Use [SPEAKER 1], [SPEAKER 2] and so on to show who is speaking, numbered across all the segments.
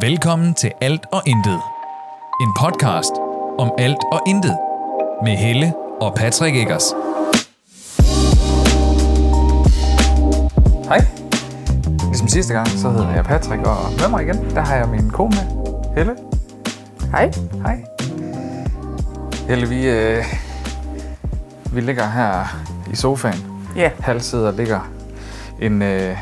[SPEAKER 1] Velkommen til Alt og Intet. En podcast om alt og intet. Med Helle og Patrick Eggers.
[SPEAKER 2] Hej. Ligesom sidste gang, så hedder jeg Patrick, og med mig igen, der har jeg min kone med, Helle.
[SPEAKER 3] Hej.
[SPEAKER 2] Hej. Helle, vi, øh, vi ligger her i sofaen.
[SPEAKER 3] Ja.
[SPEAKER 2] Halvsidder ligger en, øh,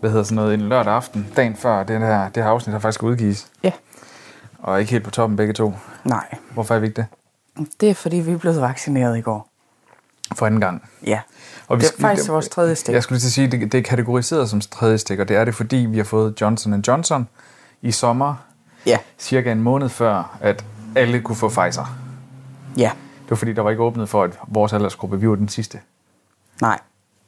[SPEAKER 2] hvad hedder sådan noget, en lørdag aften, dagen før den her, det her afsnit har faktisk udgives.
[SPEAKER 3] Ja.
[SPEAKER 2] Og er ikke helt på toppen begge to.
[SPEAKER 3] Nej.
[SPEAKER 2] Hvorfor er vi ikke det?
[SPEAKER 3] Det er fordi, vi blev vaccineret i går.
[SPEAKER 2] For anden gang.
[SPEAKER 3] Ja.
[SPEAKER 2] Og
[SPEAKER 3] Det er faktisk vores tredje stik.
[SPEAKER 2] Jeg skulle lige til at sige, det, det er kategoriseret som tredje stik, og det er det, fordi vi har fået Johnson Johnson i sommer,
[SPEAKER 3] Ja.
[SPEAKER 2] cirka en måned før, at alle kunne få Pfizer.
[SPEAKER 3] Ja.
[SPEAKER 2] Det var fordi, der var ikke åbnet for, at vores aldersgruppe, vi var den sidste.
[SPEAKER 3] Nej.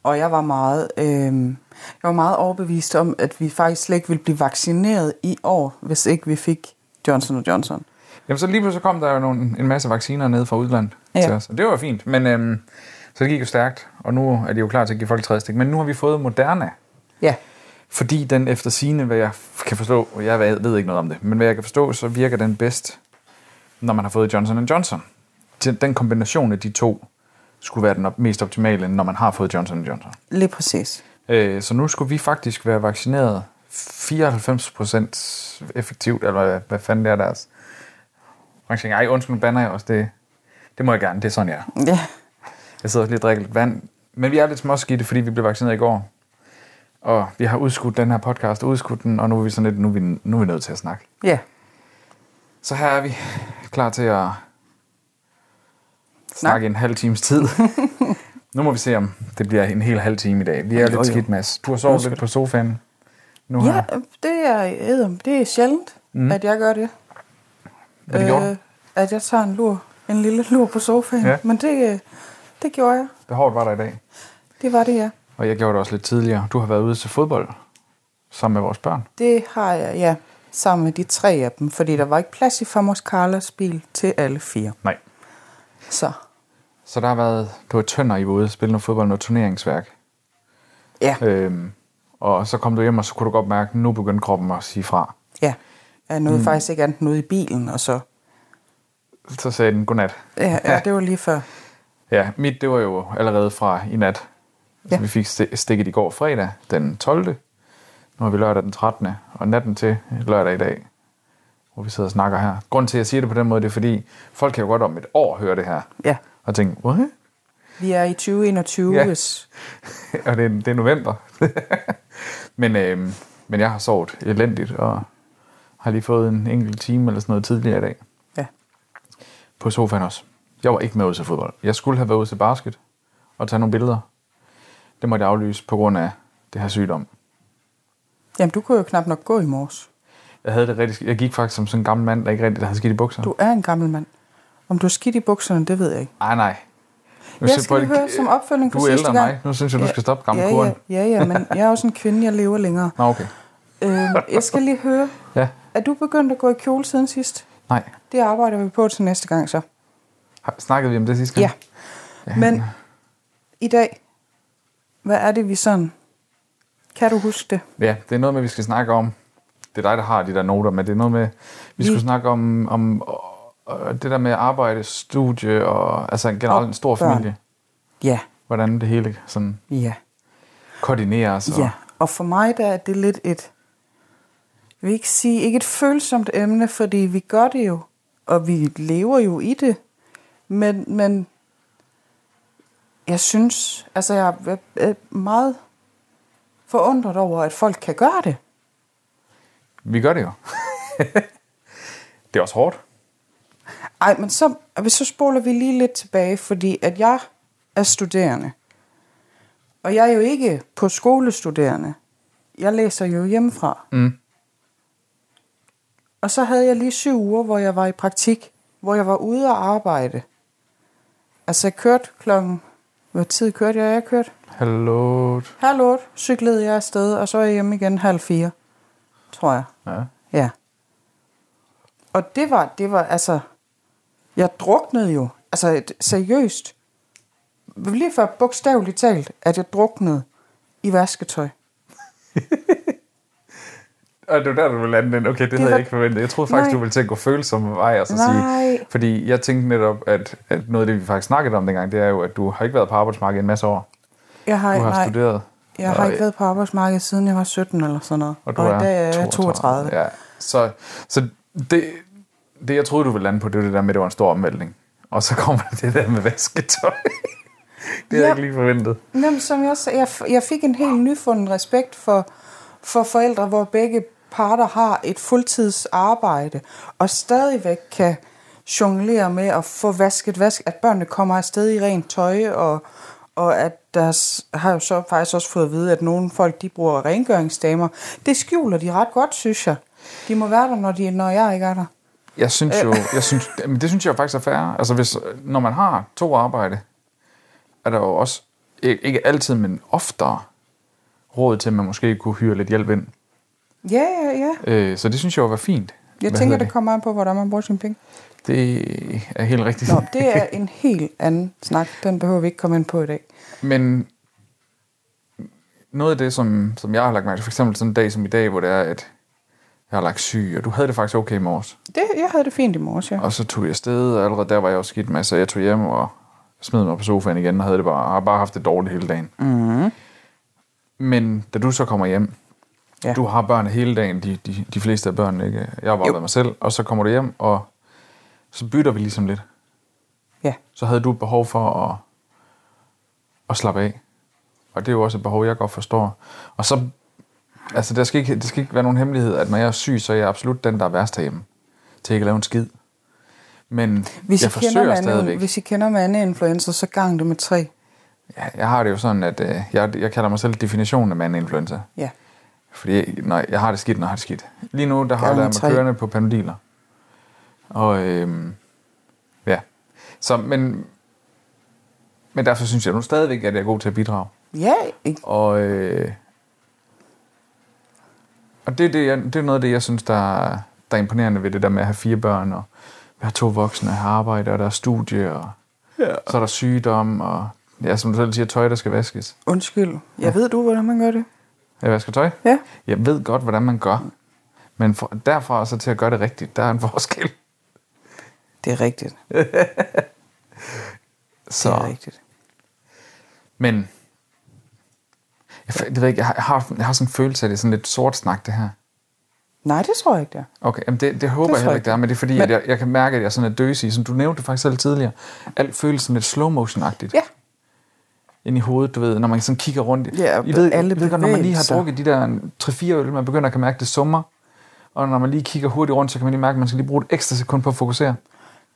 [SPEAKER 3] Og jeg var meget, øh, jeg var meget overbevist om, at vi faktisk slet ikke ville blive vaccineret i år, hvis ikke vi fik Johnson Johnson.
[SPEAKER 2] Jamen så lige pludselig kom der jo nogle, en masse vacciner ned fra udlandet ja.
[SPEAKER 3] Ja.
[SPEAKER 2] til os, og det var fint. Men øhm, så det gik jo stærkt, og nu er de jo klar til at give folk tredje stik. Men nu har vi fået Moderna,
[SPEAKER 3] Ja.
[SPEAKER 2] fordi den efter sine, hvad jeg kan forstå, og jeg ved ikke noget om det, men hvad jeg kan forstå, så virker den bedst, når man har fået Johnson Johnson. Den den kombination af de to skulle være den op- mest optimale, når man har fået Johnson Johnson.
[SPEAKER 3] Lige præcis.
[SPEAKER 2] Øh, så nu skulle vi faktisk være vaccineret 94% effektivt, eller hvad, hvad fanden det er deres. Og jeg tænker, ej, undskyld, nu bander jeg også. Det, det må jeg gerne, det er sådan, jeg er.
[SPEAKER 3] Ja.
[SPEAKER 2] Jeg sidder også lige og drikker lidt vand. Men vi er lidt småskidte, fordi vi blev vaccineret i går. Og vi har udskudt den her podcast, og udskudt den, og nu er vi sådan lidt, nu er vi, nu er vi nødt til at snakke.
[SPEAKER 3] Ja.
[SPEAKER 2] Så her er vi klar til at snakke en halv times tid. nu må vi se, om det bliver en hel halv time i dag. Vi er
[SPEAKER 3] Jo,
[SPEAKER 2] lidt
[SPEAKER 3] jo.
[SPEAKER 2] skidt, Mads. Du har sovet lidt på sofaen nu her.
[SPEAKER 3] Ja, det er, edder- det er sjældent, mm. at jeg gør det.
[SPEAKER 2] Hvad det
[SPEAKER 3] øh,
[SPEAKER 2] gjorde du?
[SPEAKER 3] at jeg tager en lur, en lille lur på sofaen.
[SPEAKER 2] Ja.
[SPEAKER 3] Men det, øh, det gjorde jeg.
[SPEAKER 2] Hvor hårdt var der i dag?
[SPEAKER 3] Det var det, ja.
[SPEAKER 2] Og jeg gjorde det også lidt tidligere. Du har været ude til fodbold sammen med vores børn.
[SPEAKER 3] Det har jeg, ja. Sammen med de tre af dem, fordi der var ikke plads i Famos Carlas bil til alle fire.
[SPEAKER 2] Nej.
[SPEAKER 3] Så
[SPEAKER 2] Så der har været, du var tønder, I var ude og spille noget fodbold, noget turneringsværk.
[SPEAKER 3] ja,
[SPEAKER 2] Øhm, og så kom du hjem, og så kunne du godt mærke, at nu begyndte kroppen at sige fra.
[SPEAKER 3] ja. Jeg nåede mm. faktisk ikke andet end ude i bilen, og så...
[SPEAKER 2] Så sagde den godnat.
[SPEAKER 3] Ja, ja, det var lige før.
[SPEAKER 2] Ja, mit det var jo allerede fra i nat. Ja. Så
[SPEAKER 3] Ja.
[SPEAKER 2] vi fik sti- stikket i går fredag den 12. Nu er vi lørdag den 13. Og natten til lørdag i dag, hvor vi sidder og snakker her. Grunden til, at jeg siger det på den måde, det er fordi, folk kan jo godt om et år høre det her.
[SPEAKER 3] Ja.
[SPEAKER 2] Og tænke, what?
[SPEAKER 3] Vi er i 2021,
[SPEAKER 2] Ja.
[SPEAKER 3] ja. hvis...
[SPEAKER 2] og det er, det er november. men, øh, men jeg har sovet elendigt, og har lige fået en enkelt time eller sådan noget tidligere i dag.
[SPEAKER 3] Ja.
[SPEAKER 2] På sofaen også. Jeg var ikke med ud til fodbold. Jeg skulle have været ude til basket og tage nogle billeder. Det måtte jeg aflyse på grund af det her sygdom.
[SPEAKER 3] Jamen, du kunne jo knap nok gå i morges.
[SPEAKER 2] Jeg, havde det rigtig, sk- jeg gik faktisk som sådan en gammel mand, der ikke rigtig der havde skidt i bukser.
[SPEAKER 3] Du er en gammel mand. Om du er skidt i bukkerne, det ved jeg ikke.
[SPEAKER 2] Ej, nej. Nu
[SPEAKER 3] Jeg
[SPEAKER 2] ser
[SPEAKER 3] skal
[SPEAKER 2] på
[SPEAKER 3] lige
[SPEAKER 2] det-
[SPEAKER 3] høre som opfølgning
[SPEAKER 2] Du
[SPEAKER 3] på
[SPEAKER 2] er
[SPEAKER 3] sidste
[SPEAKER 2] ældre end
[SPEAKER 3] gang.
[SPEAKER 2] mig. Nu synes jeg, du skal stoppe gammel
[SPEAKER 3] ja,
[SPEAKER 2] kuren.
[SPEAKER 3] ja, ja, ja, men jeg er også en kvinde, jeg lever længere.
[SPEAKER 2] Nå, okay.
[SPEAKER 3] Øh, jeg skal lige høre,
[SPEAKER 2] Ja,
[SPEAKER 3] er du begyndt at gå i kjole siden sidst?
[SPEAKER 2] nej.
[SPEAKER 3] Det arbejder vi på til næste gang, så.
[SPEAKER 2] Har- Snakkede vi om det sidste gang?
[SPEAKER 3] Ja. Men i dag, hvad er det, vi sådan... Kan du huske det?
[SPEAKER 2] Ja, det er noget med, vi skal snakke om. Det er dig, der har de der noter, men det er noget med, vi
[SPEAKER 3] Mm.
[SPEAKER 2] skulle snakke om, om øh, det der med arbejde, studie og altså generelt en stor
[SPEAKER 3] Og børn.
[SPEAKER 2] familie.
[SPEAKER 3] Ja,
[SPEAKER 2] Hvordan det hele sådan
[SPEAKER 3] ja,
[SPEAKER 2] koordineres. Og,
[SPEAKER 3] ja. Og for mig der er det lidt et... Jeg vil ikke sige, ikke et følsomt emne, fordi vi gør det jo, og vi lever jo i det. Men, men jeg synes, altså jeg er- jeg er meget forundret over, at folk kan gøre det.
[SPEAKER 2] Vi gør det jo. det er også hårdt.
[SPEAKER 3] Ej, men så, så spoler vi lige lidt tilbage, fordi at jeg er studerende. Og jeg er jo ikke på skolestuderende. Jeg læser jo hjemmefra.
[SPEAKER 2] Mm.
[SPEAKER 3] Og så havde jeg lige syv uger, hvor jeg var i praktik, hvor jeg var ude og arbejde. Altså jeg kørte klokken... Hvor tid kørte jeg? Jeg kørte
[SPEAKER 2] Hallo.
[SPEAKER 3] halv otte, cyklede jeg afsted, og så er jeg hjemme igen halv fire, tror jeg.
[SPEAKER 2] Ja.
[SPEAKER 3] Ja. Og det var, det var, altså, jeg druknede jo, altså et, seriøst, lige før bogstaveligt talt, at jeg druknede i vasketøj.
[SPEAKER 2] Og det var der, du ville lande den. Okay, det, det havde
[SPEAKER 3] var-
[SPEAKER 2] jeg ikke forventet. Jeg troede faktisk,
[SPEAKER 3] Nej.
[SPEAKER 2] du ville til at gå følsom vej og så
[SPEAKER 3] Nej.
[SPEAKER 2] sige... Fordi jeg tænkte netop, at, at noget af det, vi faktisk snakkede om dengang, det er jo, at du har ikke været på arbejdsmarkedet en masse år.
[SPEAKER 3] Jeg har,
[SPEAKER 2] Du har
[SPEAKER 3] nej,
[SPEAKER 2] studeret.
[SPEAKER 3] jeg har
[SPEAKER 2] og-
[SPEAKER 3] ikke været på arbejdsmarkedet, siden jeg var 17 eller sådan noget.
[SPEAKER 2] Og du
[SPEAKER 3] og
[SPEAKER 2] er
[SPEAKER 3] i dag er jeg 32.
[SPEAKER 2] Ja. Så, så det, det, jeg troede, du ville lande på, det var det der med, at det var en stor omvæltning. Og så kommer der det der med vasketøj. Det havde
[SPEAKER 3] Ja.
[SPEAKER 2] jeg ikke lige forventet.
[SPEAKER 3] Jamen, som jeg også sagde, jeg, f- jeg fik en helt nyfunden respekt for, for forældre, hvor begge parter har et fuldtidsarbejde, og stadigvæk kan jonglere med at få vasket vask, at børnene kommer afsted i rent tøj, og, og at deres, har jo så faktisk også fået at vide, at nogle folk, de bruger rengøringsdamer. Det skjuler de ret godt, synes jeg. De må være der, når, de, når jeg ikke er der.
[SPEAKER 2] Jeg synes jo, jeg synes, men det synes jeg faktisk er fair. Altså hvis, når man har to arbejde, er der jo også, ikke ikke altid, men oftere, råd til, at man måske kunne hyre lidt hjælp ind.
[SPEAKER 3] Ja, ja, ja.
[SPEAKER 2] Øh, så det synes jeg jo var fint.
[SPEAKER 3] Jeg
[SPEAKER 2] Hvad
[SPEAKER 3] tænker,
[SPEAKER 2] hedder
[SPEAKER 3] det kommer an på, hvordan man bruger sine penge.
[SPEAKER 2] det? det er helt rigtigt.
[SPEAKER 3] Nå, det er en helt anden snak. Den behøver vi ikke komme ind på i dag.
[SPEAKER 2] Men noget af det, som, som jeg har lagt mærke til, for eksempel sådan en dag som i dag, hvor det er, at jeg har lagt syg, og du havde det faktisk okay i morges.
[SPEAKER 3] Det, jeg havde det fint i morges, ja.
[SPEAKER 2] Og så tog jeg afsted, og allerede der var jeg også skidt med, så jeg tog hjem og smed mig på sofaen igen, og havde det bare, har bare haft det dårligt hele dagen. Mm.
[SPEAKER 3] Mm-hmm.
[SPEAKER 2] Men da du så kommer hjem,
[SPEAKER 3] Ja.
[SPEAKER 2] ja. du har børn hele dagen, de, de, de fleste af børnene, ikke? Jeg har bare
[SPEAKER 3] Jo.
[SPEAKER 2] været mig selv, og så kommer du hjem, og så bytter vi ligesom lidt.
[SPEAKER 3] ja.
[SPEAKER 2] så havde du et behov for at, at slappe af. Og det er jo også et behov, jeg godt forstår. Og så, altså der skal ikke, det skal ikke være nogen hemmelighed, at når jeg er syg, så er jeg absolut den, der er værst herhjemme. Til ikke at lave en skid. Men
[SPEAKER 3] Hvis I, kender
[SPEAKER 2] jeg forsøger
[SPEAKER 3] med anden,
[SPEAKER 2] stadigvæk.
[SPEAKER 3] hvis I kender med anden influencer, så gang det med tre.
[SPEAKER 2] Jeg, jeg har det jo sådan, at øh, jeg, jeg kalder mig selv definitionen af mandinfluenza.
[SPEAKER 3] Ja.
[SPEAKER 2] Fordi når jeg har det skidt, når jeg har det skidt. Lige nu, der har jeg
[SPEAKER 3] Gange
[SPEAKER 2] lavet
[SPEAKER 3] tre.
[SPEAKER 2] mig kørende på panodiler. Og øhm, ja. Så, men, men derfor synes jeg nu stadigvæk, at jeg er god til at bidrage.
[SPEAKER 3] Ja, ikke?
[SPEAKER 2] Og, øh, og det, er det, jeg, det er noget af det, jeg synes, der, er- der er imponerende ved det der med at have fire børn, og være to voksne, og have arbejde, og der er studie, og ja. så er der sygdom, og ja, som du selv siger, tøj, der skal vaskes.
[SPEAKER 3] undskyld. Jeg ved du, hvordan man gør det.
[SPEAKER 2] Jeg vasker tøj.
[SPEAKER 3] Ja.
[SPEAKER 2] Jeg ved godt, hvordan man gør. Men for, derfra og så til at gøre det rigtigt, der er en forskel.
[SPEAKER 3] Det er rigtigt.
[SPEAKER 2] Så,
[SPEAKER 3] Det er rigtigt.
[SPEAKER 2] Men jeg, fa- det ved jeg, ikke, jeg, har, jeg, har, jeg har sådan en følelse af, at det er sådan lidt sort snak, det her.
[SPEAKER 3] Nej, det tror jeg ikke, det er.
[SPEAKER 2] Okay, jamen det, det håber
[SPEAKER 3] Det
[SPEAKER 2] det
[SPEAKER 3] tror
[SPEAKER 2] jeg heller
[SPEAKER 3] jeg
[SPEAKER 2] ikke, det er, men det er fordi,
[SPEAKER 3] Men-
[SPEAKER 2] men... at jeg, jeg kan mærke, at jeg er sådan er døsig. Som du nævnte faktisk selv tidligere, alt føles sådan lidt slow motion-agtigt.
[SPEAKER 3] Ja.
[SPEAKER 2] Ind i hovedet, du ved, når man sådan kigger rundt.
[SPEAKER 3] Ja,
[SPEAKER 2] I ved,
[SPEAKER 3] alle
[SPEAKER 2] I ved godt, når man lige har
[SPEAKER 3] bevægelser.
[SPEAKER 2] drukket de der 3-4 øl, man begynder at kan mærke, det summer. Og når man lige kigger hurtigt rundt, så kan man lige mærke, at man skal lige bruge et ekstra sekund på at fokusere.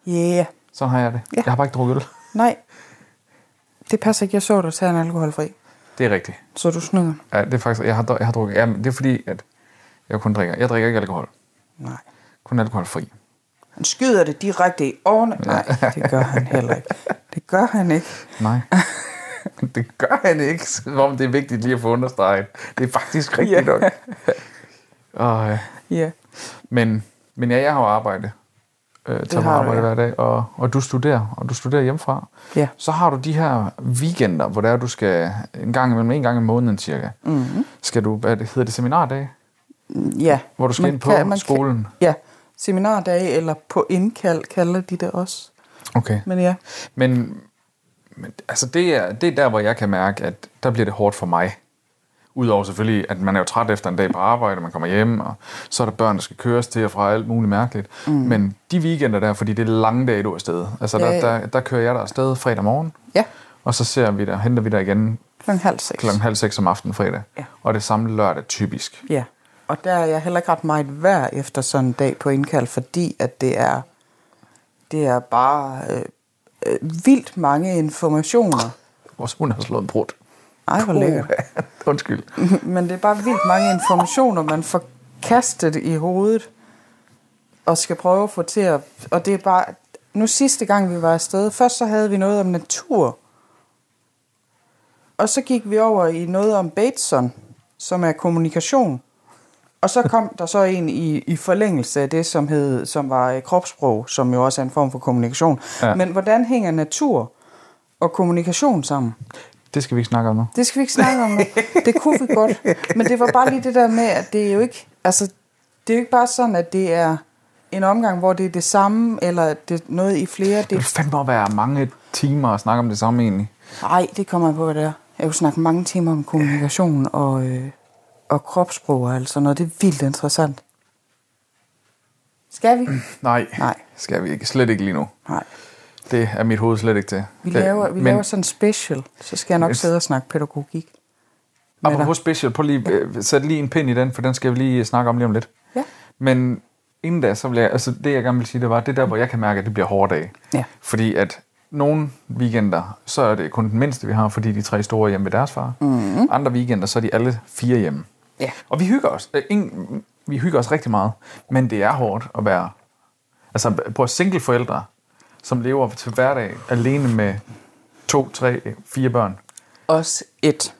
[SPEAKER 3] Ja. Yeah.
[SPEAKER 2] Sådan har jeg det.
[SPEAKER 3] Ja.
[SPEAKER 2] Jeg har bare ikke drukket øl.
[SPEAKER 3] Nej. Det passer ikke. Jeg så dig tage en alkoholfri.
[SPEAKER 2] Det er rigtigt.
[SPEAKER 3] Så du snyder.
[SPEAKER 2] Ja, det er faktisk, jeg har, dru- jeg har drukket. Ja, men det er fordi, at jeg kun drikker. Jeg drikker ikke alkohol.
[SPEAKER 3] Nej.
[SPEAKER 2] Kun alkoholfri.
[SPEAKER 3] Han skyder det direkte i årene. Nej, det gør han heller ikke. Det gør han ikke.
[SPEAKER 2] Nej. det gør han ikke, som om det er vigtigt lige at få understreget. Det er faktisk rigtigt
[SPEAKER 3] Ja.
[SPEAKER 2] nok. Og, øh,
[SPEAKER 3] Ja.
[SPEAKER 2] men, men ja, jeg har jo arbejde. Øh, tager på
[SPEAKER 3] har du,
[SPEAKER 2] arbejde
[SPEAKER 3] ja.
[SPEAKER 2] hver dag, og, og du studerer, og du studerer hjemmefra.
[SPEAKER 3] Ja.
[SPEAKER 2] Så har du de her weekender, hvor det er, du skal en gang imellem, en gang om måneden cirka.
[SPEAKER 3] Mhm.
[SPEAKER 2] Mm-hmm. Skal du, hvad det hedder det, seminardag?
[SPEAKER 3] Ja.
[SPEAKER 2] Hvor du skal ind på skolen.
[SPEAKER 3] Kan, ja. Seminardage eller på indkald kalder de det også.
[SPEAKER 2] Okay.
[SPEAKER 3] Men ja.
[SPEAKER 2] Men, men altså det, er, det er der, hvor jeg kan mærke, at der bliver det hårdt for mig. Udover selvfølgelig, at man er jo træt efter en dag på arbejde, og man kommer hjem, og så er der børn, der skal køres til og fra og alt muligt mærkeligt. Mm. Men de weekender der, fordi det er lange dage, du er afsted. Altså
[SPEAKER 3] Ja,
[SPEAKER 2] der,
[SPEAKER 3] ja.
[SPEAKER 2] der, der kører jeg der afsted fredag morgen,
[SPEAKER 3] Ja.
[SPEAKER 2] og så ser vi der, henter vi der igen
[SPEAKER 3] Klokken halv seks.
[SPEAKER 2] klokken halv seks om aftenen fredag.
[SPEAKER 3] Ja.
[SPEAKER 2] Og det samme lørdag typisk.
[SPEAKER 3] Ja, og der er jeg heller ikke ret meget værd efter sådan en dag på indkald, fordi at det er, det er bare øh, øh, vildt mange informationer.
[SPEAKER 2] Vores hund har slået en brud.
[SPEAKER 3] Ej, hvor lækkert.
[SPEAKER 2] Undskyld.
[SPEAKER 3] Men det er bare vildt mange informationer, man får kastet i hovedet, og skal prøve at få til at... Og det er bare... Nu sidste gang, vi var afsted, først så havde vi noget om natur. Og så gik vi over i noget om Bateson, som er kommunikation. Og så kom der så en i, i forlængelse af det, som, hed, som var øh, kropssprog, som jo også er en form for kommunikation. Ja.
[SPEAKER 2] Ja.
[SPEAKER 3] Men hvordan hænger natur og kommunikation sammen?
[SPEAKER 2] Det skal vi ikke snakke om nu.
[SPEAKER 3] Det skal vi ikke snakke om nu. Det kunne vi godt. Men det var bare lige det der med, at det er jo ikke... Altså, det er jo ikke bare sådan, at det er en omgang, hvor det er det samme, eller at det er noget i flere.
[SPEAKER 2] Det vil
[SPEAKER 3] Det,
[SPEAKER 2] fandme at være mange timer at snakke om det samme egentlig.
[SPEAKER 3] nej, det kommer an på, hvad det er. Jeg kunne snakke mange timer om kommunikation og, øh, og kropssprog og alt sådan noget. Det er vildt interessant. Skal vi?
[SPEAKER 2] Nej,
[SPEAKER 3] Nej.
[SPEAKER 2] skal vi ikke. Slet ikke lige nu.
[SPEAKER 3] Nej.
[SPEAKER 2] Det er mit hoved slet ikke til.
[SPEAKER 3] Vi
[SPEAKER 2] Det-
[SPEAKER 3] laver, vi
[SPEAKER 2] men-
[SPEAKER 3] laver sådan en special, så skal jeg nok
[SPEAKER 2] Yes.
[SPEAKER 3] sidde og snakke pædagogik. med
[SPEAKER 2] Apropos special, prøv lige, øh, sæt lige en pind i den, for den skal vi lige snakke om lige om lidt.
[SPEAKER 3] Ja.
[SPEAKER 2] Men inden da, så vil jeg, altså det jeg gerne vil sige, det var, det er der, hvor jeg kan mærke, at det bliver hårde dage.
[SPEAKER 3] Ja.
[SPEAKER 2] Fordi at nogle weekender, så er det kun den mindste, vi har, fordi de tre store er hjemme ved deres far.
[SPEAKER 3] Mhm.
[SPEAKER 2] Mm-hmm. Andre weekender, så er de alle fire hjemme.
[SPEAKER 3] Ja.
[SPEAKER 2] Og vi hygger os. Øh, ingen, vi hygger os rigtig meget, men det er hårdt at være... Altså, prøv at single forældre, som lever til hverdag alene med to, tre, fire børn.
[SPEAKER 3] Også et.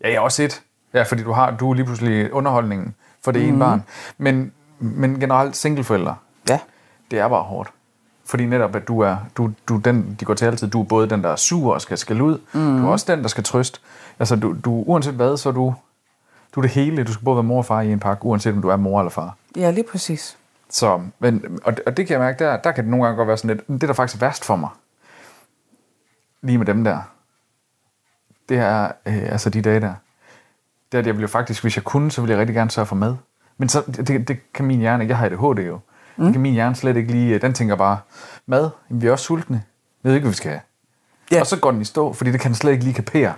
[SPEAKER 2] Ja, jeg er også et. Ja, fordi du har du er lige pludselig underholdningen for det ene barn. Men, men generelt singleforældre,
[SPEAKER 3] Ja.
[SPEAKER 2] det er bare hårdt. Fordi netop, at du er, du, du er den, de går til altid, du er både den, der er sur og skal skælde ud, mm. du er også den, der skal trøste. Altså, du, du, uanset hvad, så er du, du er det hele. Du skal både være mor og far i en pakke, uanset om du er mor eller far.
[SPEAKER 3] Ja, lige præcis.
[SPEAKER 2] Så, men, og, og det kan jeg mærke, der, der kan det nogle gange godt være sådan lidt, "Mm, det der faktisk er værst for mig, lige med dem der, det er øh, altså de dage der, det er, at jeg ville jo faktisk, hvis jeg kunne, så ville jeg rigtig gerne sørge for mad. Men så, det, det kan min hjerne, jeg har ADHD jo, mm. det kan min hjerne slet ikke lige, øh, den tænker bare, mad, vi er også sultne, vi ved ikke, hvad vi skal have.
[SPEAKER 3] Ja.
[SPEAKER 2] Ja. Og så går den i stå, fordi det kan den slet ikke lige kapere.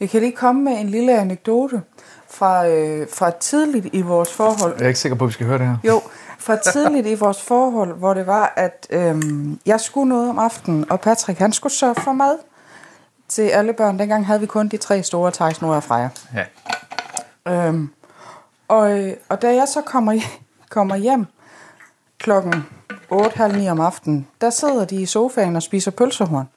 [SPEAKER 3] Jeg kan lige komme med en lille anekdote fra, øh, fra tidligt i vores forhold.
[SPEAKER 2] Jeg er ikke sikker på, at vi skal høre det her.
[SPEAKER 3] Jo, fra tidligt i vores forhold, hvor det var, at øhm, jeg skulle noget om aftenen, og Patrick han skulle sørge for mad til alle børn. Dengang havde vi kun de tre store, Thijs, Nora og Freja.
[SPEAKER 2] Ja.
[SPEAKER 3] Øhm, og, øh, og da jeg så kommer, hj- kommer hjem klokken 8.30 om aftenen, der sidder de i sofaen og spiser pølsehorn.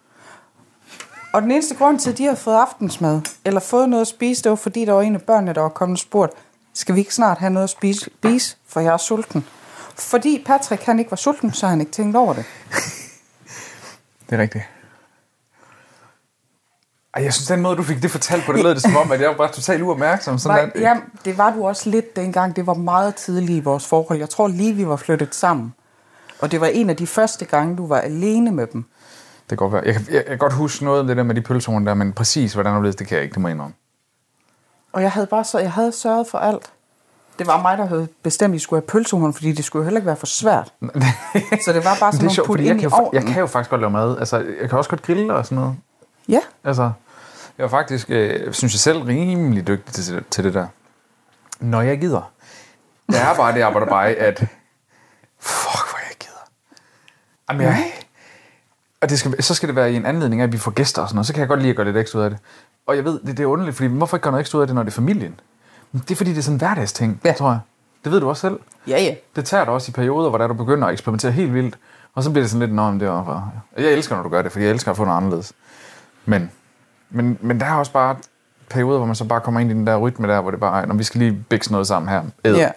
[SPEAKER 3] Og den eneste grund til, at de har fået aftensmad, eller fået noget at spise, det var fordi, der var en af børnene, der var kommet og spurgt, skal vi ikke snart have noget at spise, spise for jeg er sulten. Fordi Patrick, han ikke var sulten, så har han ikke tænkt over det.
[SPEAKER 2] Det er rigtigt. Ej, jeg synes, den måde, du fik det fortalt på, det lød det som om, at jeg var bare totalt uopmærksom. Sådan
[SPEAKER 3] Var,
[SPEAKER 2] at,
[SPEAKER 3] ja, det var du også lidt dengang. Det var meget tidligt i vores forhold. Jeg tror lige, vi var flyttet sammen. Og det var en af de første gange, du var alene med dem.
[SPEAKER 2] Det kan godt være. Jeg kan, jeg, jeg kan godt huske noget om det der med de pølsehorn der, men præcis hvordan det blev, det kan jeg ikke, det må jeg indrømme.
[SPEAKER 3] Og jeg havde bare så, jeg havde sørget for alt. Det var mig, der havde bestemt, at I skulle have pølsehorn, fordi det skulle jo heller ikke være for svært. Så det var bare sådan
[SPEAKER 2] det er
[SPEAKER 3] nogle
[SPEAKER 2] sjovt,
[SPEAKER 3] put
[SPEAKER 2] fordi jeg
[SPEAKER 3] ind
[SPEAKER 2] kan,
[SPEAKER 3] i
[SPEAKER 2] jo, fa- jeg
[SPEAKER 3] ovnen.
[SPEAKER 2] kan jo faktisk godt lave mad. Altså, jeg kan også godt grille og sådan noget.
[SPEAKER 3] Ja,
[SPEAKER 2] Altså, jeg er faktisk, øh, synes jeg selv, rimelig dygtig til, til det der. Når jeg gider. Det er bare det arbejder bare, at fuck, hvor jeg gider. Jamen, jeg, og det skal, så skal det være i en anledning af, at vi får gæster og sådan noget. Så kan jeg godt lide at gøre lidt ekstra ud af det. Og jeg ved, det, det er underligt, fordi hvorfor ikke gøre noget ekstra ud af det, når det er familien? Men det er fordi, det er sådan en hverdagsting,
[SPEAKER 3] Ja.
[SPEAKER 2] ja. tror jeg. Det ved du også selv.
[SPEAKER 3] ja, ja.
[SPEAKER 2] Det tager dig også i perioder, hvor der du begynder at eksperimentere helt vildt. Og så bliver det sådan lidt, nå, men det er bare... Jeg elsker, når du gør det, fordi jeg elsker at få noget anderledes. Men, men, men der er også bare perioder, hvor man så bare kommer ind i den der rytme der, hvor det bare er, når vi skal lige bikse noget sammen her. Æd.
[SPEAKER 3] ja.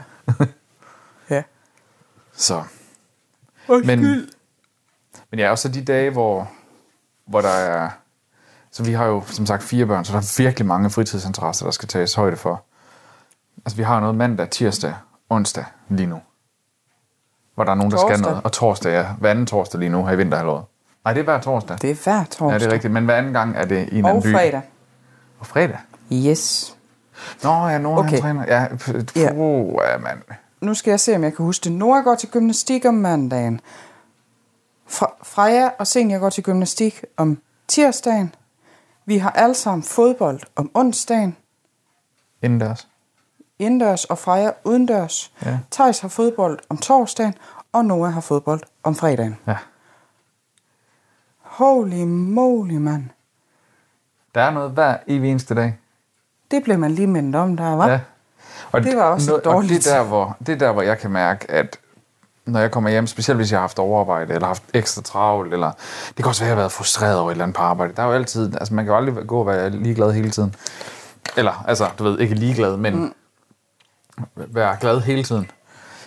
[SPEAKER 3] ja.
[SPEAKER 2] Så.
[SPEAKER 3] Undskyld.
[SPEAKER 2] Men, men ja, også de dage, hvor, hvor der er... Så vi har jo som sagt fire børn, så der er virkelig mange fritidsinteresser, der skal tages højde for. Altså vi har noget mandag, tirsdag, onsdag lige nu. Hvor der er nogen, der skal
[SPEAKER 3] Torsdag.
[SPEAKER 2] noget. Og torsdag, ja. Hver anden torsdag lige nu her i vinterhalvåret. Nej, det er hver torsdag.
[SPEAKER 3] Det er hver
[SPEAKER 2] Ja,
[SPEAKER 3] torsdag.
[SPEAKER 2] det er rigtigt. Men hver anden gang er det i en anden
[SPEAKER 3] Og
[SPEAKER 2] by.
[SPEAKER 3] fredag.
[SPEAKER 2] Og fredag.
[SPEAKER 3] Yes.
[SPEAKER 2] Nå, ja, Nora, okay.
[SPEAKER 3] Okay.
[SPEAKER 2] han træner. Ja, puh,
[SPEAKER 3] Ja.
[SPEAKER 2] ja. mand.
[SPEAKER 3] Nu skal jeg se, om jeg kan huske det. Nora går til gymnastik om mandagen. Fra- Freja og Senior går til gymnastik om tirsdagen. Vi har alle sammen fodbold om onsdagen.
[SPEAKER 2] Indendørs.
[SPEAKER 3] indendørs og Freja udendørs.
[SPEAKER 2] Ja.
[SPEAKER 3] Thijs har fodbold om torsdagen, og Noah har fodbold om fredagen.
[SPEAKER 2] Ja.
[SPEAKER 3] Holy moly, mand.
[SPEAKER 2] Der er noget hver evig eneste dag.
[SPEAKER 3] Det blev man lige mindet om der, var.
[SPEAKER 2] Ja. Og
[SPEAKER 3] Det var også
[SPEAKER 2] noget- Og
[SPEAKER 3] dårligt.
[SPEAKER 2] det er, der, hvor, det er der, hvor jeg kan mærke, at når jeg kommer hjem, specielt hvis jeg har haft overarbejde, eller haft ekstra travlt, eller det kan også være, at jeg har været frustreret over et eller andet på arbejde. Der er jo altid, altså man kan jo aldrig gå og være ligeglad hele tiden. Eller, altså, du ved, ikke ligeglad, men mm.
[SPEAKER 3] Mm.
[SPEAKER 2] være glad hele tiden.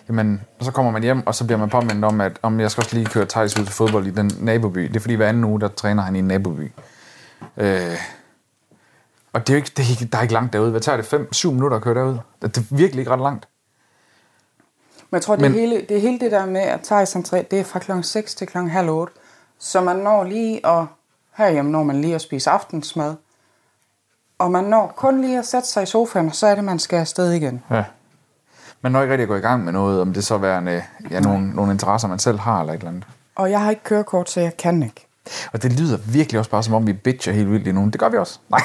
[SPEAKER 2] Jamen, så kommer man hjem, og så bliver man påmindet om, at om jeg skal også lige køre Thijs ud til fodbold i den naboby. Det er fordi, hver anden uge, der træner han i en naboby. Øh, og det er jo ikke, det er ikke, der er ikke langt derude. Hvad tager det? 5-7 minutter at køre derud? Det er virkelig ikke ret langt.
[SPEAKER 3] Men jeg tror, det,
[SPEAKER 2] Men-
[SPEAKER 3] men, hele, det er hele det der med, at Thijs entré, det er fra klokken 6 til klokken halv 8. Så man når lige at, herhjemme når man lige at spise aftensmad. Og man når kun lige at sætte sig i sofaen, og så er det, man skal afsted igen.
[SPEAKER 2] Ja. Man når ikke rigtig at gå i gang med noget, om det så er en, øh, ja, nogle, nogle interesser, man selv har eller et eller andet.
[SPEAKER 3] Og jeg har ikke kørekort, så jeg kan ikke.
[SPEAKER 2] Og det lyder virkelig også bare, som om vi bitcher helt vildt lige nu. Det gør vi også. Nej.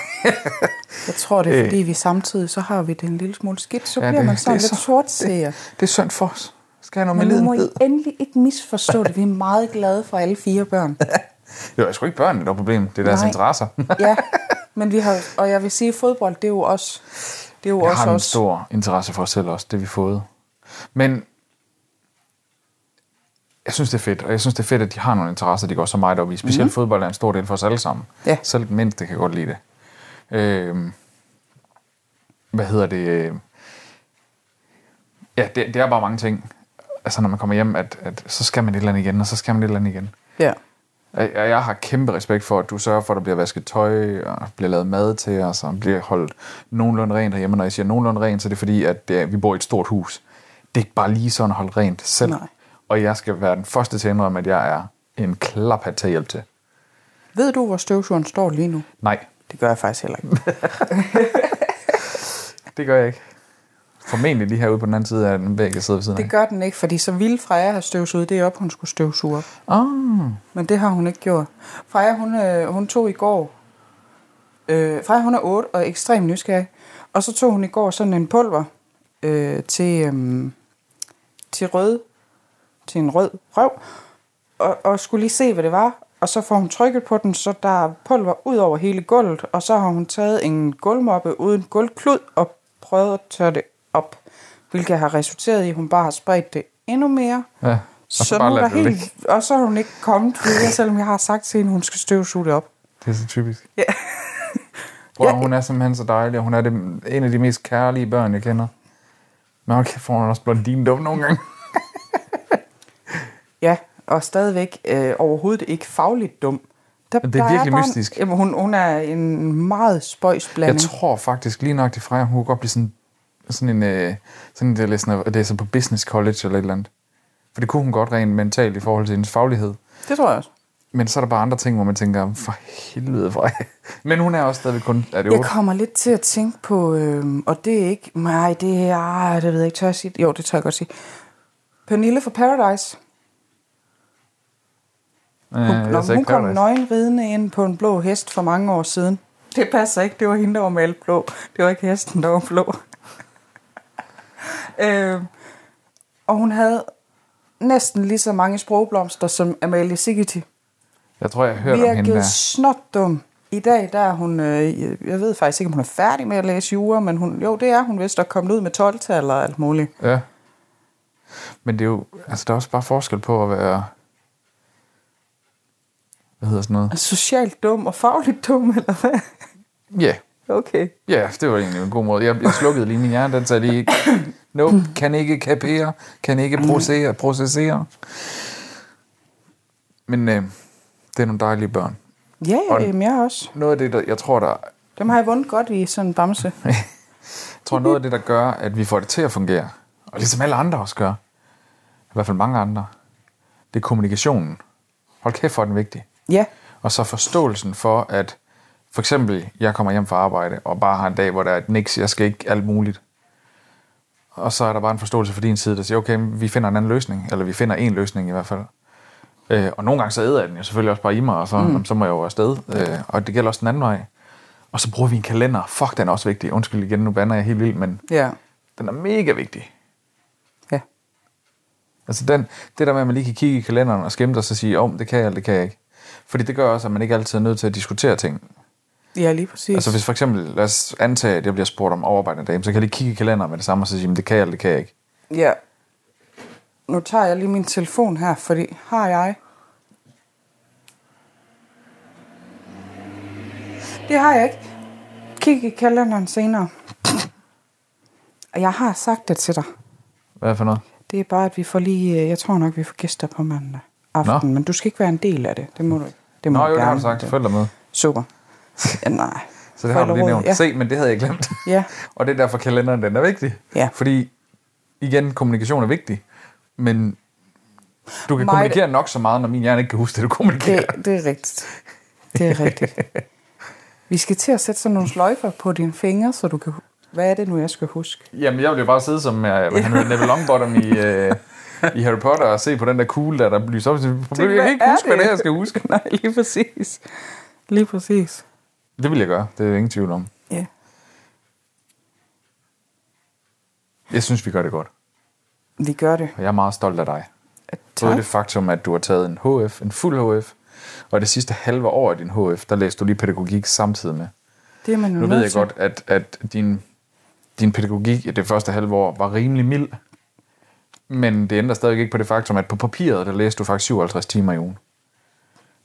[SPEAKER 3] Jeg tror, det er,
[SPEAKER 2] Øh.
[SPEAKER 3] fordi vi samtidig, så har vi det en lille smule skidt, så
[SPEAKER 2] Ja,
[SPEAKER 3] ja, bliver
[SPEAKER 2] det-
[SPEAKER 3] man sådan
[SPEAKER 2] det er
[SPEAKER 3] lidt
[SPEAKER 2] så-
[SPEAKER 3] sort seer.
[SPEAKER 2] Det er synd for os. Skal jeg have
[SPEAKER 3] Men
[SPEAKER 2] noget med
[SPEAKER 3] nu må I
[SPEAKER 2] lidenhed?
[SPEAKER 3] endelig ikke misforstå det. Vi er meget glade for alle fire børn.
[SPEAKER 2] Det er sgu ikke børnene, der er problemet. Det er deres
[SPEAKER 3] Nej.
[SPEAKER 2] interesser.
[SPEAKER 3] Ja, men vi har, og jeg vil sige, at fodbold, det er jo også, det er jo
[SPEAKER 2] Jeg
[SPEAKER 3] også,
[SPEAKER 2] har en
[SPEAKER 3] også
[SPEAKER 2] stor interesse for os selv også, det har vi fået. Men jeg synes, det er fedt, og jeg synes, det er fedt, at de har nogle interesser, de går så meget op i. Specielt mm-hmm. fodbold er en stor del for os alle sammen.
[SPEAKER 3] Mhm. Ja.
[SPEAKER 2] Selv den mindste kan godt lide det. Øhm, hvad hedder det? øh, Ja, det, det er bare mange ting. Altså, når man kommer hjem, at, at så skal man et eller andet igen, og så skal man et eller andet igen.
[SPEAKER 3] ja.
[SPEAKER 2] Jeg, jeg jeg har kæmpe respekt for, at du sørger for, at der bliver vasket tøj, og bliver lavet mad til os, og bliver holdt nogenlunde rent herhjemme. Når jeg siger nogenlunde rent, så er det fordi, at det, er- vi bor i et stort hus. Det er ikke bare lige sådan at holde rent selv.
[SPEAKER 3] Nej.
[SPEAKER 2] Og jeg skal være den første til at indrømme, at jeg er en klaphat til at hjælpe til.
[SPEAKER 3] Ved du, hvor støvsugeren står lige nu?
[SPEAKER 2] Nej,
[SPEAKER 3] Det gør jeg faktisk heller ikke.
[SPEAKER 2] det gør jeg ikke. Formentlig lige herude på den anden side af den væg, jeg sidder ved siden af.
[SPEAKER 3] Det gør den ikke, fordi så ville Freja have støvsuget det op, hun skulle støvsuge op.
[SPEAKER 2] Ah,
[SPEAKER 3] Men det har hun ikke gjort. Freja, hun, øh, hun tog i går... Øh, Freja, hun er 8 og er ekstremt nysgerrig. Og så tog hun i går sådan en pulver øh, til, øhm, til rød, til en rød røv, og, og skulle lige se, hvad det var. Og så får hun trykket på den, så der er pulver ud over hele gulvet, og så har hun taget en gulvmoppe uden gulvklud og prøvet at tørre det op, hvilket har resulteret i, at hun bare har spredt det endnu mere.
[SPEAKER 2] ja.
[SPEAKER 3] Så,
[SPEAKER 2] Og
[SPEAKER 3] så
[SPEAKER 2] bare
[SPEAKER 3] nu er der
[SPEAKER 2] lad det ligge.
[SPEAKER 3] helt, og så er hun ikke kommet videre, selvom jeg har sagt til hende, hun skal støvsuge det op.
[SPEAKER 2] Det er så typisk. Ja. Wow, hun er simpelthen så dejlig, og hun er det, en af de mest kærlige børn, jeg kender. Men hold kæft, får hun også blondin dum nogle gange.
[SPEAKER 3] Ja, og stadigvæk øh, overhovedet ikke fagligt dum. Der,
[SPEAKER 2] Men det er
[SPEAKER 3] der
[SPEAKER 2] virkelig
[SPEAKER 3] bare
[SPEAKER 2] mystisk.
[SPEAKER 3] En, jamen, hun, hun er en meget spøjs
[SPEAKER 2] Jeg
[SPEAKER 3] blanding.
[SPEAKER 2] tror faktisk lige nok, det Freja, hun kunne godt blive sådan, sådan en, øh, sådan en der læser, læser på business college eller et eller andet. For det kunne hun godt rent mentalt i forhold til hendes faglighed.
[SPEAKER 3] Det tror jeg også.
[SPEAKER 2] Men så er der bare andre ting, hvor man tænker, for helvede, Freja. Men hun er også stadigvæk kun, er det
[SPEAKER 3] Jeg
[SPEAKER 2] otte?
[SPEAKER 3] kommer lidt til at tænke på, øh, og det er ikke, nej, det er, ah, det ved jeg ikke, tør jeg sige det? Jo, det tør jeg godt sige. Pernille fra Paradise,
[SPEAKER 2] Øh,
[SPEAKER 3] hun,
[SPEAKER 2] jeg
[SPEAKER 3] når
[SPEAKER 2] sagde
[SPEAKER 3] hun
[SPEAKER 2] ikke
[SPEAKER 3] kom
[SPEAKER 2] Paradise.
[SPEAKER 3] nøgenridende ind på en blå hest for mange år siden. Det passer ikke, det var hende, der var malet blå. Det var ikke hesten, der var blå. øh, og hun havde næsten lige så mange sprogblomster som Amalie Sigeti.
[SPEAKER 2] Jeg tror, jeg har hørt om hende
[SPEAKER 3] virkelig
[SPEAKER 2] der.
[SPEAKER 3] snotdum. I dag, der er hun, øh, jeg ved faktisk ikke, om hun er færdig med at læse jura, men hun, jo, det er hun vist, og kommet ud med 12 eller alt muligt.
[SPEAKER 2] Ja. Men det er jo, altså der er også bare forskel på at være, hvad hedder sådan noget?
[SPEAKER 3] Socialt dum og fagligt dum, eller hvad?
[SPEAKER 2] Ja, yeah.
[SPEAKER 3] Okay.
[SPEAKER 2] ja, yeah, det var egentlig en god måde. Jeg, jeg slukkede lige min hjerne, den sagde lige, nope, kan ikke kapere, kan ikke processere, processere. Men øh, det er nogle dejlige børn.
[SPEAKER 3] Ja,
[SPEAKER 2] Og-
[SPEAKER 3] ja, jamen, jeg også.
[SPEAKER 2] Noget af det, der, jeg tror, der,
[SPEAKER 3] Dem har jeg vundet godt i sådan en bamse.
[SPEAKER 2] jeg tror, noget af det, der gør, at vi får det til at fungere, og ligesom alle andre også gør, i hvert fald mange andre, det er kommunikationen. Hold kæft, for den vigtig.
[SPEAKER 3] Ja,
[SPEAKER 2] Og så forståelsen for, at for eksempel, jeg kommer hjem fra arbejde, og bare har en dag, hvor der er et niks, jeg skal ikke alt muligt. Og så er der bare en forståelse fra din side, der siger, okay, men vi finder en anden løsning, eller vi finder en løsning i hvert fald. Øh, og nogle gange så æder jeg den jo selvfølgelig også bare i mig, og så, mm. så må jeg jo afsted. Øh, og det gælder også den anden vej. Og så bruger vi en kalender. Fuck, den er også vigtig. Undskyld igen, nu bander jeg helt vildt, men
[SPEAKER 3] ja,
[SPEAKER 2] den er mega vigtig.
[SPEAKER 3] ja.
[SPEAKER 2] Altså den, det der med, at man lige kan kigge i kalenderen og skimte og så sige, om oh, det kan jeg, eller det kan jeg ikke. Fordi det gør også, at man ikke altid er nødt til at diskutere ting.
[SPEAKER 3] Ja, lige præcis.
[SPEAKER 2] Altså hvis for eksempel, lad os antage, at jeg bliver spurgt om overarbejdende dame, så kan jeg lige kigge i kalenderen med det samme og så sige, men det kan jeg, eller det kan jeg ikke.
[SPEAKER 3] Ja. Nu tager jeg lige min telefon her, fordi har jeg... Det har jeg ikke. Kig i kalenderen senere. Og jeg har sagt det til dig.
[SPEAKER 2] Hvad for noget?
[SPEAKER 3] Det er bare, at vi får lige... øh, Jeg tror nok, vi får gæster på mandag aften.
[SPEAKER 2] Nå.
[SPEAKER 3] Men du skal ikke være en del af det. Det må du ikke. Det må
[SPEAKER 2] Nå
[SPEAKER 3] du
[SPEAKER 2] jo, det har
[SPEAKER 3] gerne.
[SPEAKER 2] du sagt. Følg dig med.
[SPEAKER 3] Super. Ja, nej.
[SPEAKER 2] Så det har du lige
[SPEAKER 3] Forældreråd,
[SPEAKER 2] nævnt.
[SPEAKER 3] Ja.
[SPEAKER 2] Se, men det havde jeg glemt.
[SPEAKER 3] Ja.
[SPEAKER 2] og det er derfor kalenderen, den er vigtig.
[SPEAKER 3] Ja.
[SPEAKER 2] Fordi, igen, kommunikation er vigtig. men du kan
[SPEAKER 3] Meget-
[SPEAKER 2] kommunikere nok så meget, når min hjerne ikke kan huske det, du kommunikerer.
[SPEAKER 3] Det, det er rigtigt. Det er rigtigt. Vi skal til at sætte sådan nogle sløjfer på dine fingre, så du kan... hu- Hvad er det nu, jeg skal huske?
[SPEAKER 2] Jamen, jeg ville jo bare sidde som øh, hvad han hedder, Neville Longbottom i, øh, i Harry Potter og se på den der kugle, der, der lyser op. Jeg
[SPEAKER 3] hvad
[SPEAKER 2] kan ikke
[SPEAKER 3] er
[SPEAKER 2] huske, hvad
[SPEAKER 3] det?
[SPEAKER 2] det er, jeg skal huske.
[SPEAKER 3] Nej, lige præcis. Lige præcis.
[SPEAKER 2] Det vil jeg gøre, det er jeg ingen tvivl om.
[SPEAKER 3] Ja.
[SPEAKER 2] Jeg synes, vi gør det godt,
[SPEAKER 3] Vi gør det.
[SPEAKER 2] og jeg er meget stolt af dig. Både
[SPEAKER 3] Tak.
[SPEAKER 2] det faktum, at du har taget en HF, en fuld HF, og det sidste halve år af din HF, der læste du lige pædagogik samtidig med.
[SPEAKER 3] Det er man jo
[SPEAKER 2] Nu
[SPEAKER 3] nødt
[SPEAKER 2] ved jeg
[SPEAKER 3] til.
[SPEAKER 2] godt, at, at din, din pædagogik i det første halve år var rimelig mild, men det ændrer stadig ikke på det faktum, at på papiret, der læste du faktisk 57 timer i ugen.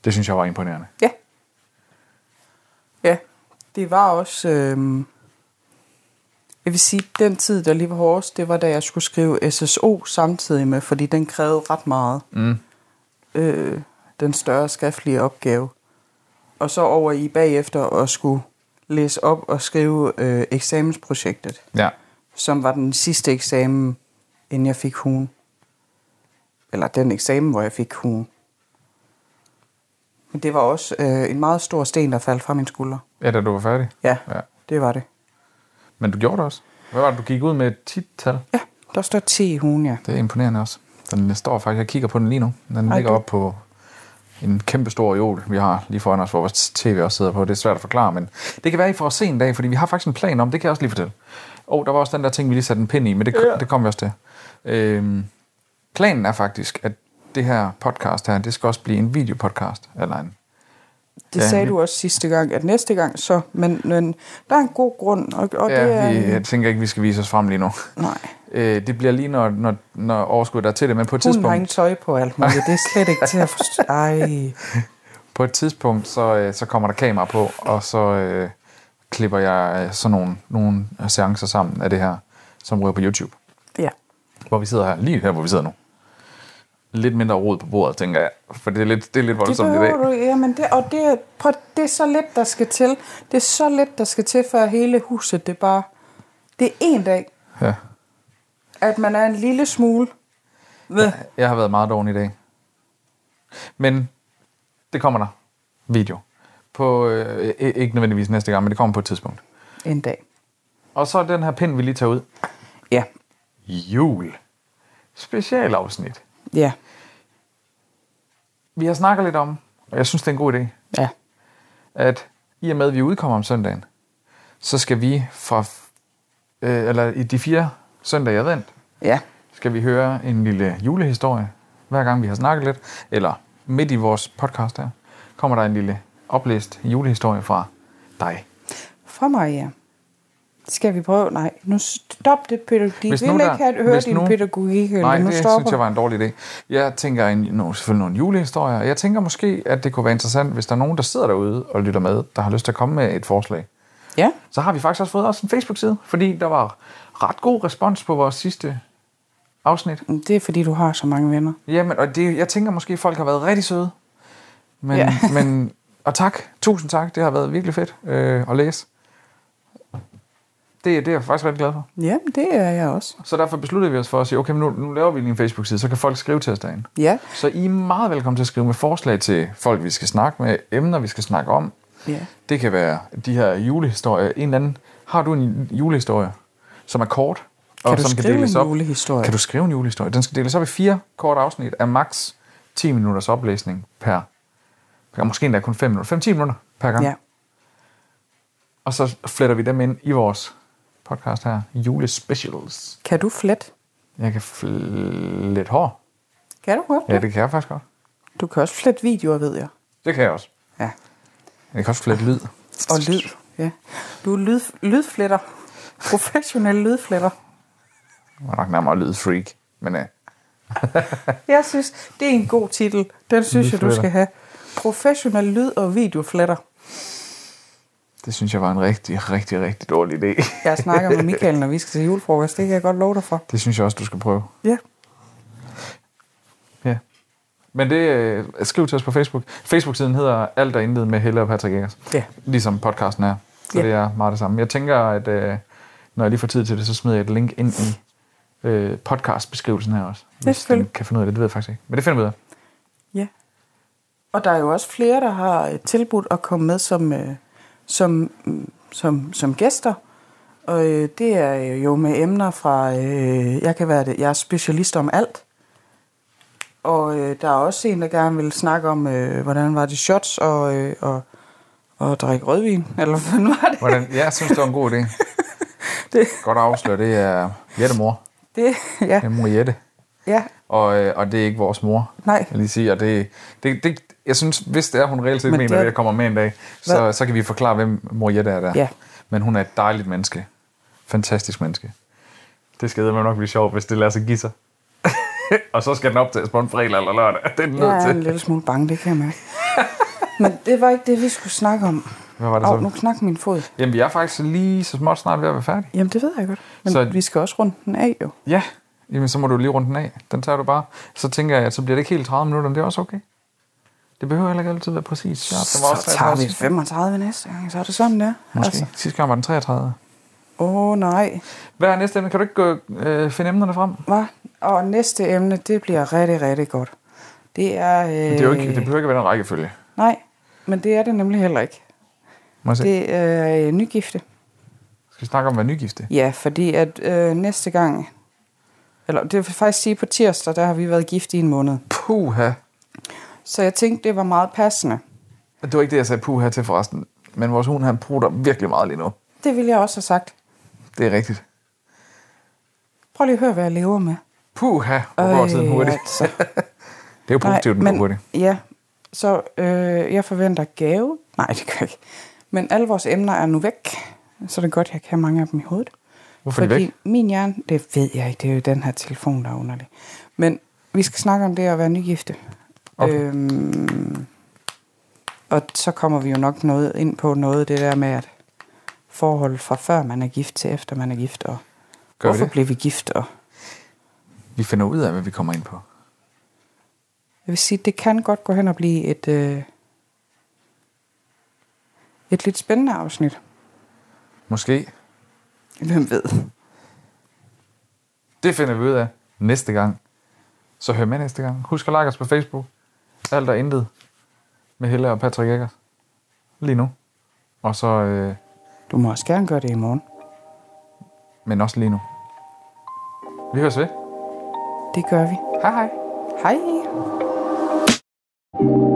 [SPEAKER 2] Det synes jeg var imponerende.
[SPEAKER 3] Ja. Ja, det var også... Øh, jeg vil sige, den tid, der lige var hårdest, det var, da jeg skulle skrive SSO samtidig med, fordi den krævede ret meget. Mm. Øh, den større skriftlige opgave. Og så over i bagefter og skulle læse op og skrive øh, eksamensprojektet,
[SPEAKER 2] Ja.
[SPEAKER 3] som var den sidste eksamen, inden jeg fik hun. Eller den eksamen, hvor jeg fik hun. Men det var også øh, en meget stor sten, der faldt fra min skulder.
[SPEAKER 2] Ja, da du var færdig.
[SPEAKER 3] Ja,
[SPEAKER 2] Ja.
[SPEAKER 3] ja. det var det.
[SPEAKER 2] Men du gjorde det også. Hvad var det, du gik ud med et tit-tal?
[SPEAKER 3] Ja, der står 10 i hun, ja.
[SPEAKER 2] Det er imponerende også. Den står faktisk, jeg kigger på den lige nu. Den
[SPEAKER 3] Ej,
[SPEAKER 2] ligger
[SPEAKER 3] du-
[SPEAKER 2] op på en kæmpe stor reol, vi har lige foran os, hvor vores tv også sidder på. Det er svært at forklare, men det kan være, I får os se en dag, fordi vi har faktisk en plan om, det kan jeg også lige fortælle. Og oh, der var også den der ting, vi lige satte en pind i, men det, ja. det kom vi også til. Øhm, planen er faktisk, at det her podcast her, det skal også blive en videopodcast. Eller en,
[SPEAKER 3] Det
[SPEAKER 2] Ja,
[SPEAKER 3] ja, sagde
[SPEAKER 2] vi-
[SPEAKER 3] du også sidste gang, at næste gang så, men, men der er en god grund, og, og det
[SPEAKER 2] ja,
[SPEAKER 3] er...
[SPEAKER 2] vi, jeg tænker ikke, vi skal vise os frem lige nu.
[SPEAKER 3] Nej,
[SPEAKER 2] Øh, det bliver lige, når, når, når overskuddet er til det, men på et
[SPEAKER 3] hun har
[SPEAKER 2] tidspunkt...
[SPEAKER 3] ingen tøj på og alt muligt, det er slet ikke til at forstå. Ej,
[SPEAKER 2] på et tidspunkt, så, øh, så kommer der kamera på, og så øh, klipper jeg øh, sådan nogle, nogle seancer sammen af det her, som ryger på YouTube.
[SPEAKER 3] ja.
[SPEAKER 2] Hvor vi sidder her, lige her, hvor vi sidder nu. Lidt mindre rod på bordet, tænker jeg. For det er lidt, det er lidt
[SPEAKER 3] Det
[SPEAKER 2] voldsomt i dag.
[SPEAKER 3] behøver du, jamen det, og det, er- prøv, det er så lidt, der skal til. Det er så lidt, der skal til, for hele huset, det er bare... Det er en dag,
[SPEAKER 2] Ja.
[SPEAKER 3] at man er en lille smule... Ved.
[SPEAKER 2] Jeg har været meget doven i dag. Men det kommer der. Video. På, øh, i- ikke nødvendigvis næste gang, men det kommer på et tidspunkt.
[SPEAKER 3] En dag.
[SPEAKER 2] Og så den her pind, vi lige tager ud.
[SPEAKER 3] Ja,
[SPEAKER 2] Jul. Specialafsnit.
[SPEAKER 3] ja,
[SPEAKER 2] Vi har snakket lidt om, og jeg synes, det er en god idé,
[SPEAKER 3] ja.
[SPEAKER 2] at i og med, at vi udkommer om søndagen, så skal vi fra, øh, eller i de fire søndage i advent,
[SPEAKER 3] Ja,
[SPEAKER 2] skal vi høre en lille julehistorie, hver gang vi har snakket lidt, eller midt i vores podcast her, kommer der en lille oplæst julehistorie fra dig.
[SPEAKER 3] Fra mig, ja. Skal vi prøve? Nej, nu stop det pædagogik. Vi vil
[SPEAKER 2] nu
[SPEAKER 3] ikke
[SPEAKER 2] der-
[SPEAKER 3] have at høre
[SPEAKER 2] hvis
[SPEAKER 3] din
[SPEAKER 2] nu-
[SPEAKER 3] pædagogik, eller
[SPEAKER 2] Nej,
[SPEAKER 3] nu
[SPEAKER 2] det
[SPEAKER 3] stopper.
[SPEAKER 2] synes jeg var en dårlig idé. Jeg tænker en, no, selvfølgelig nogle julehistorier, og jeg tænker måske, at det kunne være interessant, hvis der er nogen, der sidder derude og lytter med, der har lyst til at komme med et forslag.
[SPEAKER 3] Ja,
[SPEAKER 2] så har vi faktisk også fået også en Facebook-side, fordi der var ret god respons på vores sidste afsnit.
[SPEAKER 3] men det er fordi, du har så mange venner.
[SPEAKER 2] Jamen, og det, jeg tænker måske, at folk har været rigtig søde. Men, ja.
[SPEAKER 3] Ja.
[SPEAKER 2] men, og tak. Tusind tak. Det har været virkelig fedt øh, at læse. Det, det er jeg faktisk rigtig glad for.
[SPEAKER 3] Ja, det er jeg også.
[SPEAKER 2] Så derfor besluttede vi os for at sige, okay, men nu, nu laver vi lige en Facebook-side, så kan folk skrive til os derinde.
[SPEAKER 3] Ja,
[SPEAKER 2] Så I er meget velkommen til at skrive med forslag til folk, vi skal snakke med, emner, vi skal snakke om.
[SPEAKER 3] ja.
[SPEAKER 2] Det kan være de her julehistorier. En eller anden, har du en julehistorie, som er kort, og
[SPEAKER 3] Kan du
[SPEAKER 2] som
[SPEAKER 3] skrive
[SPEAKER 2] kan deles
[SPEAKER 3] en
[SPEAKER 2] op?
[SPEAKER 3] julehistorie?
[SPEAKER 2] Kan du skrive en julehistorie? Den skal deles op i fire korte afsnit af max 10 minutters oplæsning per, per måske endda kun 5 minutter, 5-10 minutter per gang.
[SPEAKER 3] ja.
[SPEAKER 2] Og så fletter vi dem ind i vores podcast her, julespecials.
[SPEAKER 3] Kan du flet?
[SPEAKER 2] Jeg kan flette hår.
[SPEAKER 3] Kan du godt
[SPEAKER 2] Ja,
[SPEAKER 3] det?
[SPEAKER 2] det kan jeg faktisk godt.
[SPEAKER 3] Du kan også flette videoer, ved jeg.
[SPEAKER 2] Det kan jeg også.
[SPEAKER 3] Ja.
[SPEAKER 2] Jeg kan også flette lyd.
[SPEAKER 3] Og lyd. Ja. Du er lyd, lydfletter. Professionel lydfletter.
[SPEAKER 2] Jeg er nok nærmere lydfreak, men øh,
[SPEAKER 3] Jeg synes, det er en god titel. Den synes jeg, du
[SPEAKER 2] Lydfletter.
[SPEAKER 3] skal have. Professionel lyd- og videofletter.
[SPEAKER 2] det synes jeg var en rigtig, rigtig, rigtig dårlig idé.
[SPEAKER 3] Jeg snakker med Michael, når vi skal til julefrokost. Det kan jeg godt love dig for.
[SPEAKER 2] Det synes jeg også, du skal prøve.
[SPEAKER 3] Ja.
[SPEAKER 2] Ja. Men det, øh, skriv til os på Facebook. Facebook-siden hedder Alt og Intet med Helle og Patrick Eggers.
[SPEAKER 3] Ja.
[SPEAKER 2] Ligesom podcasten er. Så
[SPEAKER 3] Ja.
[SPEAKER 2] det er meget det samme. Jeg tænker, at øh, når jeg lige får tid til det, så smider jeg et link ind i øh, podcastbeskrivelsen her også. Hvis den
[SPEAKER 3] selvfølgelig.
[SPEAKER 2] kan finde ud af det, det ved jeg faktisk ikke. Men det finder vi ud af.
[SPEAKER 3] Ja. Og der er jo også flere, der har øh, tilbudt at komme med som, øh, som, mm, som, som gæster. Og øh, det er jo med emner fra, øh, jeg kan være det, jeg er specialist om alt. Og øh, der er også en, der gerne vil snakke om, øh, hvordan var det shots og, øh, og, og drikke rødvin. Eller hvad fanden var det?
[SPEAKER 2] Hvordan? Ja, Jeg synes, det var en god idé.
[SPEAKER 3] Det-
[SPEAKER 2] Godt afsløre, det er Jettemor.
[SPEAKER 3] det ja,
[SPEAKER 2] Det er mor Jette.
[SPEAKER 3] ja,
[SPEAKER 2] Og, øh, og det er ikke vores mor.
[SPEAKER 3] Nej.
[SPEAKER 2] Jeg lige sige, og det, det, det, jeg synes, hvis det er, hun reelt set
[SPEAKER 3] Men
[SPEAKER 2] mener,
[SPEAKER 3] det er-
[SPEAKER 2] at jeg kommer med en dag, så,
[SPEAKER 3] Hvad?
[SPEAKER 2] så kan vi forklare, hvem mor Jette er der.
[SPEAKER 3] Ja.
[SPEAKER 2] Men hun er et dejligt menneske. Fantastisk menneske. Det skal man nok blive sjovt, hvis det lader sig give sig. og så skal den optages på en fredag eller lørdag. Det er den nødt
[SPEAKER 3] jeg er en
[SPEAKER 2] til.
[SPEAKER 3] lille smule bange, det kan jeg mærke. Men det var ikke det, vi skulle snakke om.
[SPEAKER 2] Hvad var det
[SPEAKER 3] Åh,
[SPEAKER 2] så?
[SPEAKER 3] oh, nu knak min fod.
[SPEAKER 2] Jamen, vi er faktisk lige så småt snart ved at være færdige.
[SPEAKER 3] Jamen, det ved jeg godt. Men
[SPEAKER 2] Så-
[SPEAKER 3] så... vi skal også runde den af, jo.
[SPEAKER 2] Ja, jamen så må du lige runde den af. Den tager du bare. Så tænker jeg, at så bliver det ikke helt 30 minutter, men det er også okay. Det behøver heller ikke altid være præcis. Ja, det var også
[SPEAKER 3] så tager
[SPEAKER 2] 33.
[SPEAKER 3] vi 35 næste gang, så er det sådan, der.
[SPEAKER 2] Måske. Altså. Sidste gang var den 33.
[SPEAKER 3] Åh oh, nej.
[SPEAKER 2] Hvad er næste emne? Kan du ikke øh, finde emnerne frem? Men
[SPEAKER 3] Hva? Og næste emne, det bliver rigtig, rigtig godt. Det er... Øh...
[SPEAKER 2] Det, er jo ikke, det behøver ikke være den rækkefølge.
[SPEAKER 3] Nej, men det er det nemlig heller ikke.
[SPEAKER 2] Må jeg se.
[SPEAKER 3] Det er øh, nygifte.
[SPEAKER 2] Skal vi snakke om, hvad nygifte er?
[SPEAKER 3] Ja, fordi at øh, næste gang... Eller det vil faktisk sige, på tirsdag, der har vi været gift i en måned.
[SPEAKER 2] Puha.
[SPEAKER 3] Så jeg tænkte, det var meget passende.
[SPEAKER 2] Det var ikke det, jeg sagde puha til forresten. Men vores hund, han prutter virkelig meget lige nu.
[SPEAKER 3] Det ville jeg også have sagt.
[SPEAKER 2] Det er rigtigt.
[SPEAKER 3] Prøv lige at høre, hvad jeg lever med.
[SPEAKER 2] Puha. Hvor går
[SPEAKER 3] Øj,
[SPEAKER 2] tiden hurtigt.
[SPEAKER 3] altså.
[SPEAKER 2] Det er jo positivt, den går hurtigt.
[SPEAKER 3] Ja, så øh, jeg forventer gave. Nej, det gør jeg ikke. Men alle vores emner er nu væk, så det er godt, jeg kan have mange af dem i hovedet.
[SPEAKER 2] Hvorfor er de
[SPEAKER 3] Fordi
[SPEAKER 2] væk?
[SPEAKER 3] min hjerne, det ved jeg ikke, det er jo den her telefon, der er underlig. Men vi skal snakke om det at være nygifte.
[SPEAKER 2] Okay.
[SPEAKER 3] Øhm, og så kommer vi jo nok noget ind på noget af det der med, at forhold fra før man er gift til efter man er gift, og
[SPEAKER 2] Gør vi
[SPEAKER 3] hvorfor
[SPEAKER 2] det?
[SPEAKER 3] blev vi gift, og
[SPEAKER 2] Vi finder ud af, hvad vi kommer ind på.
[SPEAKER 3] Jeg vil sige, det kan godt gå hen og blive et, øh, et lidt spændende afsnit.
[SPEAKER 2] Måske.
[SPEAKER 3] Hvem ved?
[SPEAKER 2] Det finder vi ud af næste gang. Så hør med næste gang. Husk at like os på Facebook. Alt og intet. Med Helle og Patrick Eggers. Lige nu. Og så... Øh,
[SPEAKER 3] Du må også gerne gøre det i morgen.
[SPEAKER 2] men også lige nu. Vi høres ved.
[SPEAKER 3] Det gør vi.
[SPEAKER 2] Hej hej.
[SPEAKER 3] Hej!